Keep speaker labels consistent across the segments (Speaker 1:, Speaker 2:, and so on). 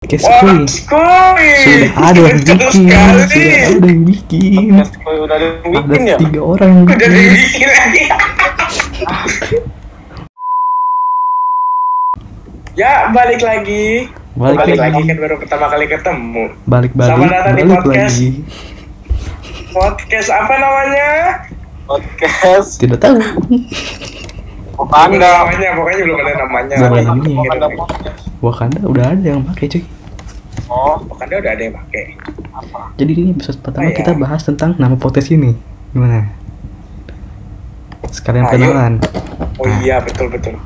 Speaker 1: podcast
Speaker 2: Wah,
Speaker 1: kuy.
Speaker 2: Skoy.
Speaker 1: Sudah ada yang
Speaker 2: Seru
Speaker 1: bikin,
Speaker 2: sekali.
Speaker 1: sudah ada yang bikin.
Speaker 3: Podcast Koi udah ada yang
Speaker 1: Iya. Ada
Speaker 3: bikin ya?
Speaker 1: tiga orang yang
Speaker 2: Udah
Speaker 1: bikin.
Speaker 2: dibikin lagi. Ya, balik lagi.
Speaker 1: Balik lagi.
Speaker 2: kan baru pertama kali ketemu.
Speaker 1: Balik balik
Speaker 2: Selamat datang di
Speaker 1: balik
Speaker 2: podcast.
Speaker 1: lagi.
Speaker 2: Podcast apa namanya?
Speaker 3: Podcast
Speaker 1: Tidak tahu.
Speaker 2: Belum ada
Speaker 3: Panda
Speaker 2: namanya, pokoknya belum ada namanya.
Speaker 1: Belum ada namanya.
Speaker 3: Panda Podcast
Speaker 1: Wakanda udah ada yang pakai cuy.
Speaker 3: Oh,
Speaker 2: Pokoknya udah ada yang pakai.
Speaker 1: Jadi ini episode pertama
Speaker 2: Iya.
Speaker 1: kita bahas tentang nama podcast ini. Gimana? Sekalian
Speaker 2: Ayo.
Speaker 1: kenalan.
Speaker 2: Oh iya, betul betul.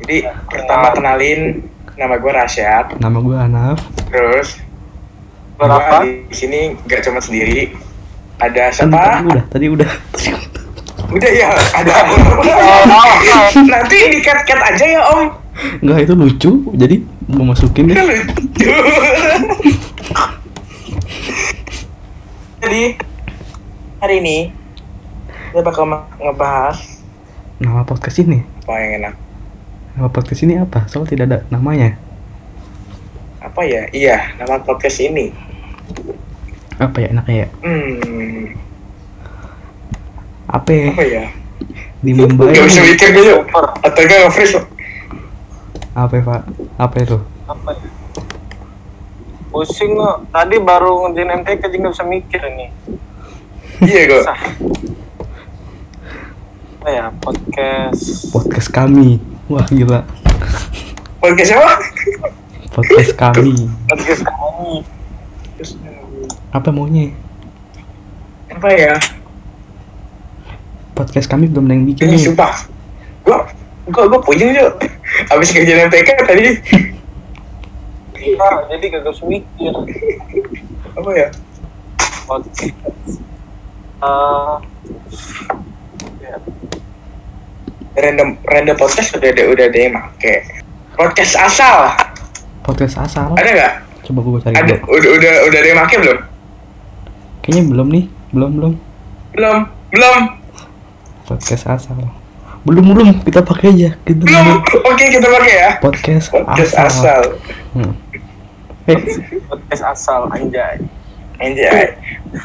Speaker 2: Jadi pertama kenalin nama gue Rasyad.
Speaker 1: Nama gue Anaf.
Speaker 2: Terus
Speaker 3: berapa?
Speaker 2: gue di sini nggak cuma sendiri. Ada
Speaker 1: Kan tadi
Speaker 2: siapa?
Speaker 1: udah, tadi udah.
Speaker 2: Udah ya, ada.
Speaker 3: Oh, oh, oh.
Speaker 2: Nanti dikat-kat aja ya Om. Kan
Speaker 1: Enggak itu lucu. Jadi gue masukin deh.
Speaker 2: Lucu. Jadi hari ini kita bakal ma- ngebahas
Speaker 1: Nama podcast ini.
Speaker 2: apa yang enak.
Speaker 1: Nama podcast ini apa? Soalnya tidak ada namanya.
Speaker 2: Apa ya? Iya, nama podcast ini.
Speaker 1: Apa ya enaknya ya?
Speaker 2: Hmm,
Speaker 1: Apa ya?
Speaker 2: apa ya?
Speaker 1: Di
Speaker 2: Gak bisa
Speaker 1: Mumbai?
Speaker 2: mikir dulu. Atau gak nge-freeze
Speaker 1: Apa ya, Pak? Apa itu?
Speaker 3: Apa ya? Pusing lo. Tadi baru ngerjain MTK jadi nggak bisa mikir nih.
Speaker 2: Iya kok.
Speaker 3: Sah. Apa ya? Podcast.
Speaker 1: Podcast kami. Wah, gila.
Speaker 2: Podcast apa?
Speaker 1: Podcast kami.
Speaker 3: Podcast kami.
Speaker 1: Apa maunya?
Speaker 2: Apa ya?
Speaker 1: Podcast kami belum ada yang bikin
Speaker 2: Ini
Speaker 1: nih.
Speaker 2: sumpah. Gua gua gua puyeng yuk. Abis kerjaan MTK tadi
Speaker 3: Iya, jadi nggak bisa mikir.
Speaker 2: apa ya?
Speaker 3: Podcast. Eh, ya,
Speaker 2: Random random podcast udah ada udah ada yang make. Podcast asal
Speaker 1: Podcast asal.
Speaker 2: ada nggak?
Speaker 1: Coba gue cari
Speaker 2: Ada
Speaker 1: dulu.
Speaker 2: udah udah udah ada yang make belum?
Speaker 1: Kayaknya belum nih. Belum, belum.
Speaker 2: Belum belum
Speaker 1: Podcast asal. Belum, belum. Kita pakai aja. Kita
Speaker 2: belum.
Speaker 1: dulu.
Speaker 2: Oke kita pakai ya.
Speaker 1: Podcast,
Speaker 2: Podcast
Speaker 1: Iya. asal.
Speaker 2: asal.
Speaker 1: Hmm. Eh,
Speaker 3: podcast asal anjay.
Speaker 2: Anjay.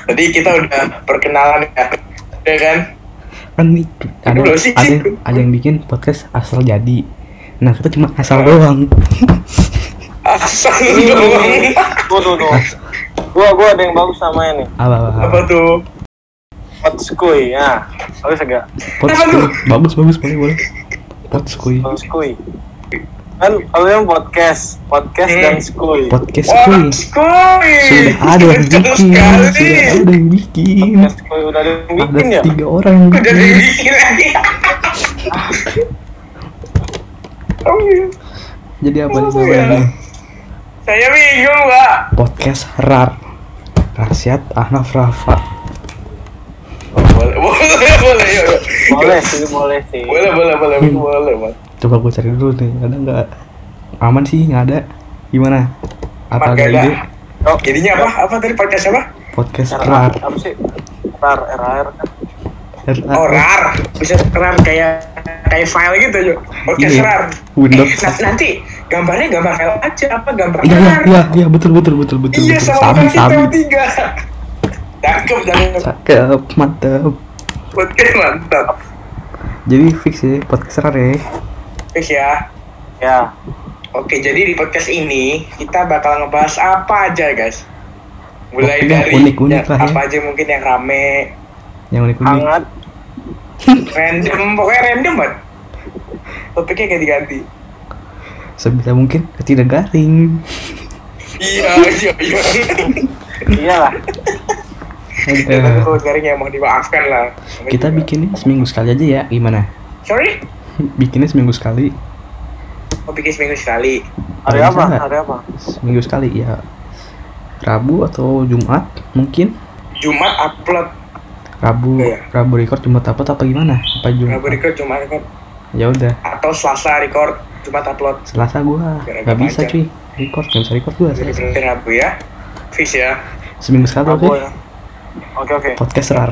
Speaker 2: Tadi kita udah perkenalan ya. Ya kan?
Speaker 1: kan nih ada,
Speaker 2: Belum sih,
Speaker 1: ada,
Speaker 2: Cik.
Speaker 1: ada yang bikin podcast asal jadi. Nah, kita cuma asal doang.
Speaker 2: Asal doang.
Speaker 1: Iya.
Speaker 3: Tuh, tuh, tuh. Gua, gua ada yang bagus namanya nih.
Speaker 1: Apa, apa, apa.
Speaker 2: Apa tuh?
Speaker 3: Potskui, ya. Bagus agak.
Speaker 1: Podcast
Speaker 2: Apa tuh?
Speaker 1: bagus, bagus. Boleh, boleh. Podcast kuy.
Speaker 3: Potskui. Kan kalau yang podcast, podcast
Speaker 2: Hmm.
Speaker 3: dan skui.
Speaker 1: Podcast kuy.
Speaker 2: Orang skoy.
Speaker 1: Sudah ada yang bikin,
Speaker 2: Terus
Speaker 1: sudah
Speaker 2: sekali.
Speaker 1: ada yang bikin.
Speaker 3: Podcast skui udah ada yang
Speaker 1: Ada
Speaker 3: bikin ya?
Speaker 1: tiga orang yang
Speaker 2: Udah
Speaker 1: bikin.
Speaker 2: dibikin lagi. Oh, iya.
Speaker 1: Jadi apa nih
Speaker 2: Apa
Speaker 1: namanya?
Speaker 2: ya?
Speaker 1: nih?
Speaker 2: Saya bingung, Pak.
Speaker 1: Podcast RAR. Rasyat Ahnaf Rafa.
Speaker 2: Boleh, boleh, boleh. yuk, yuk.
Speaker 3: Boleh sih, boleh sih.
Speaker 2: Boleh, boleh, boleh, boleh, Pak.
Speaker 1: Coba gue cari dulu nih, ada nggak? Aman sih, nggak ada. Gimana? Apa ada
Speaker 2: Pakai
Speaker 1: ide?
Speaker 2: dah. Oh, Jadinya apa? Apa tadi podcast apa?
Speaker 1: Podcast
Speaker 3: RR,
Speaker 1: RAR.
Speaker 3: apa sih? RR, RR.
Speaker 2: Oh,
Speaker 1: RAR.
Speaker 2: rar. Bisa rar kayak kayak file gitu, yuk. Podcast
Speaker 1: Iya.
Speaker 2: rar.
Speaker 1: Windows.
Speaker 2: Eh, na- nanti gambarnya gambar file aja apa gambar
Speaker 1: Iya, iya,
Speaker 2: rar.
Speaker 1: iya, iya, betul, betul, betul, betul.
Speaker 2: Iya,
Speaker 1: betul.
Speaker 2: sama
Speaker 1: Sabi,
Speaker 2: kan kita
Speaker 1: sabi.
Speaker 2: bertiga. Cakep, cakep.
Speaker 1: Cakep, mantep.
Speaker 2: Podcast mantap.
Speaker 1: Jadi fix ya, podcast RAR ya.
Speaker 2: Terus ya.
Speaker 3: Ya,
Speaker 2: Oke, jadi di podcast ini kita bakal ngebahas apa aja, guys. Mulai
Speaker 1: Pokoknya
Speaker 2: dari
Speaker 1: unik-unik
Speaker 2: ya,
Speaker 1: lah ya.
Speaker 2: apa aja mungkin yang rame,
Speaker 1: Yang unik-unik.
Speaker 3: hangat.
Speaker 2: random, pokoknya random banget. Topiknya ganti-ganti.
Speaker 1: Sebisa mungkin tidak garing.
Speaker 2: Iya, iya, iya.
Speaker 3: Iyalah.
Speaker 2: Ya, tapi
Speaker 1: Eh,
Speaker 2: kalau sekarang ya mau dimaafkan lah. Namanya
Speaker 1: kita
Speaker 2: juga.
Speaker 1: bikinnya seminggu sekali aja ya gimana
Speaker 2: Sorry,
Speaker 1: bikinnya seminggu sekali
Speaker 2: mau bikin seminggu sekali.
Speaker 3: Hari
Speaker 1: Ada
Speaker 3: apa?
Speaker 1: nggak?
Speaker 3: Hari apa?
Speaker 1: seminggu sekali ya Rabu atau Jumat mungkin
Speaker 2: Jumat upload,
Speaker 1: Rabu
Speaker 2: Iya.
Speaker 1: Rabu record Jumat apa apa gimana apa Jumat
Speaker 2: Rabu record, Jumat record,
Speaker 1: ya udah
Speaker 2: atau Selasa record, Jumat upload.
Speaker 1: Selasa gua
Speaker 2: Gara-gara
Speaker 1: nggak bisa
Speaker 2: macet.
Speaker 1: cuy record nggak bisa record gua
Speaker 2: Jadi
Speaker 1: Selasa.
Speaker 2: berarti Rabu ya. Fix ya.
Speaker 1: seminggu sekali oke
Speaker 3: Rabu ya. Oke, oke.
Speaker 1: podcast rar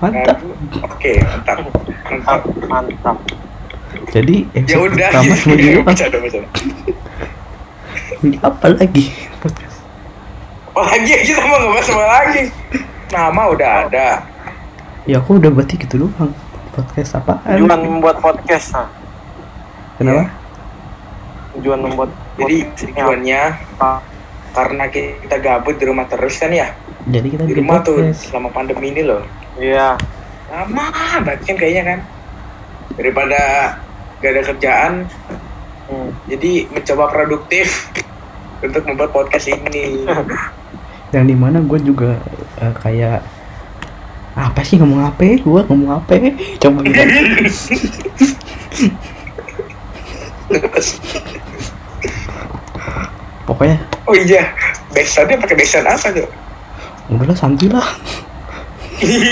Speaker 1: mantap
Speaker 2: Rabu. Oke, mantap. Mantap.
Speaker 3: Mantap, mantap.
Speaker 1: jadi
Speaker 2: Ya
Speaker 1: episode
Speaker 2: udah,
Speaker 1: pertama
Speaker 2: gitu.
Speaker 1: seminggu apa
Speaker 2: Bercanda, bercanda.
Speaker 1: Ini apa lagi? Podcast.
Speaker 2: Apalagi ya, kita mau ngebahas apa lagi? Nama udah ada.
Speaker 1: Ya aku udah berarti gitu doang. Podcast apaan?
Speaker 3: Tujuan membuat podcast nah.
Speaker 1: Kenapa?
Speaker 2: Iya.
Speaker 3: Tujuan membuat
Speaker 2: Jadi
Speaker 3: podcast ini
Speaker 2: tujuannya
Speaker 3: apa?
Speaker 2: karena kita gabut di rumah terus kan ya.
Speaker 1: Jadi kita
Speaker 2: Di
Speaker 1: bikin
Speaker 2: rumah tuh
Speaker 1: podcast.
Speaker 2: selama pandemi ini loh.
Speaker 3: Iya.
Speaker 2: Lama banget kan kayaknya kan. Daripada gak ada kerjaan,
Speaker 3: Hmm.
Speaker 2: jadi mencoba produktif untuk membuat podcast ini.
Speaker 1: Yang dimana gue juga eh, kayak apa sih ngomong apa? Gue ngomong apa? Coba gitu. Pokoknya
Speaker 2: oh iya, backsoundnya pakai backsound apa tuh?
Speaker 1: udahlah santuy lah.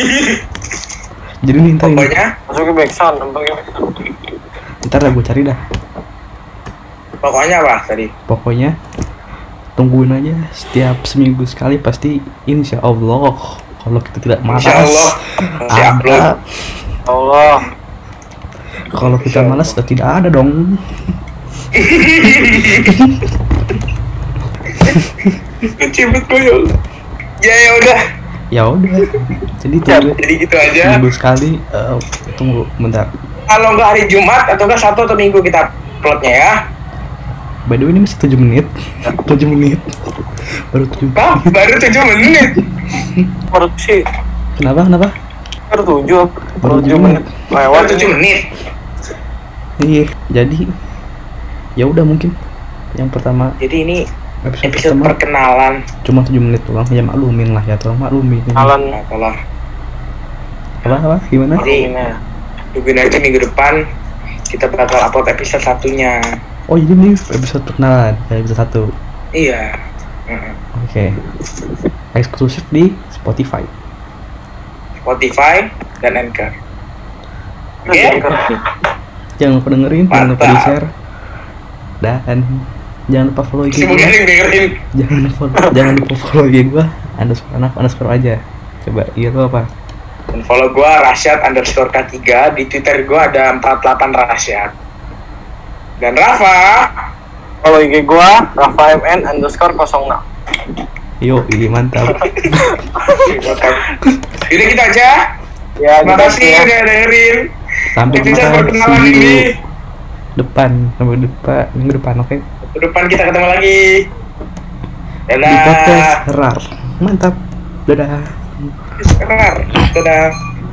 Speaker 1: Jadi nih ntar, ini-
Speaker 2: pokoknya,
Speaker 3: Masuk ke backsound, nampaknya.
Speaker 1: ntar lah gue cari dah.
Speaker 2: pokoknya apa tadi?
Speaker 1: Pokoknya tungguin aja setiap seminggu sekali pasti insya Allah kalau kita tidak malas
Speaker 2: Insya Allah, pasti
Speaker 1: ada.
Speaker 2: upload.
Speaker 3: Ya Allah.
Speaker 1: kalau kita
Speaker 2: Insya
Speaker 1: malas sudah tidak ada dong
Speaker 2: Kecibut gue ya Allah. Ya ya udah,
Speaker 1: ya udah jadi tunggu
Speaker 2: jadi gitu aja.
Speaker 1: seminggu sekali eh, tunggu bentar
Speaker 2: Kalau nggak hari Jumat atau nggak Sabtu atau Minggu kita uploadnya ya.
Speaker 1: by the way ini masih 7 menit 7 menit baru 7
Speaker 2: Wah, baru 7 menit.
Speaker 3: Baru sih,
Speaker 1: kenapa kenapa
Speaker 3: baru tujuh.
Speaker 1: Baru
Speaker 3: Baru
Speaker 1: tujuh
Speaker 3: tujuh menit.
Speaker 2: Baru
Speaker 3: Lewat
Speaker 2: 7 Oh, menit.
Speaker 1: iya jadi ya udah mungkin yang pertama
Speaker 2: Jadi ini
Speaker 1: episode,
Speaker 2: episode
Speaker 1: pertama
Speaker 2: perkenalan.
Speaker 1: cuma 7 menit doang ya maklumin lah ya tolong maklumin apa
Speaker 3: Alan.
Speaker 2: Apalah,
Speaker 1: apa gimana
Speaker 2: Jadi-
Speaker 3: Iya.
Speaker 2: tungguin aja minggu depan kita bakal upload episode satunya.
Speaker 1: oh jadi ini episode perkenalan ya, episode satu
Speaker 2: Iya. Mm-mm.
Speaker 1: Oke. Eksklusif di Spotify.
Speaker 2: Spotify dan Anchor. Oke.
Speaker 1: Jangan lupa dengerin, jangan lupa
Speaker 2: Mantap.
Speaker 1: di-share. Dan jangan lupa follow IG
Speaker 2: Semoga ada
Speaker 1: gue.
Speaker 2: yang dengerin.
Speaker 1: Jangan lupa jangan lupa follow IG gue. Underscore anak underscore aja. Coba IG lu apa?
Speaker 2: Dan follow gua Rasyad underscore K3 Di Twitter gua ada 48 Rasyad Dan Rafa
Speaker 3: Kalau IG gua, Rafa MN underscore 06.
Speaker 1: Yo, ih, mantap.
Speaker 2: Jadi kita aja
Speaker 3: Ya,
Speaker 2: Terima
Speaker 3: gitu
Speaker 2: kasih
Speaker 3: ya.
Speaker 2: udah dengerin
Speaker 1: Sampai
Speaker 2: Episode
Speaker 1: jumpa
Speaker 2: perkenalan ini
Speaker 1: minggu depan, sampai depan minggu depan, oke?
Speaker 2: Ke depan kita ketemu lagi
Speaker 1: Di podcast
Speaker 2: Dadah
Speaker 1: RAR. Mantap. Dadah.
Speaker 2: Dadah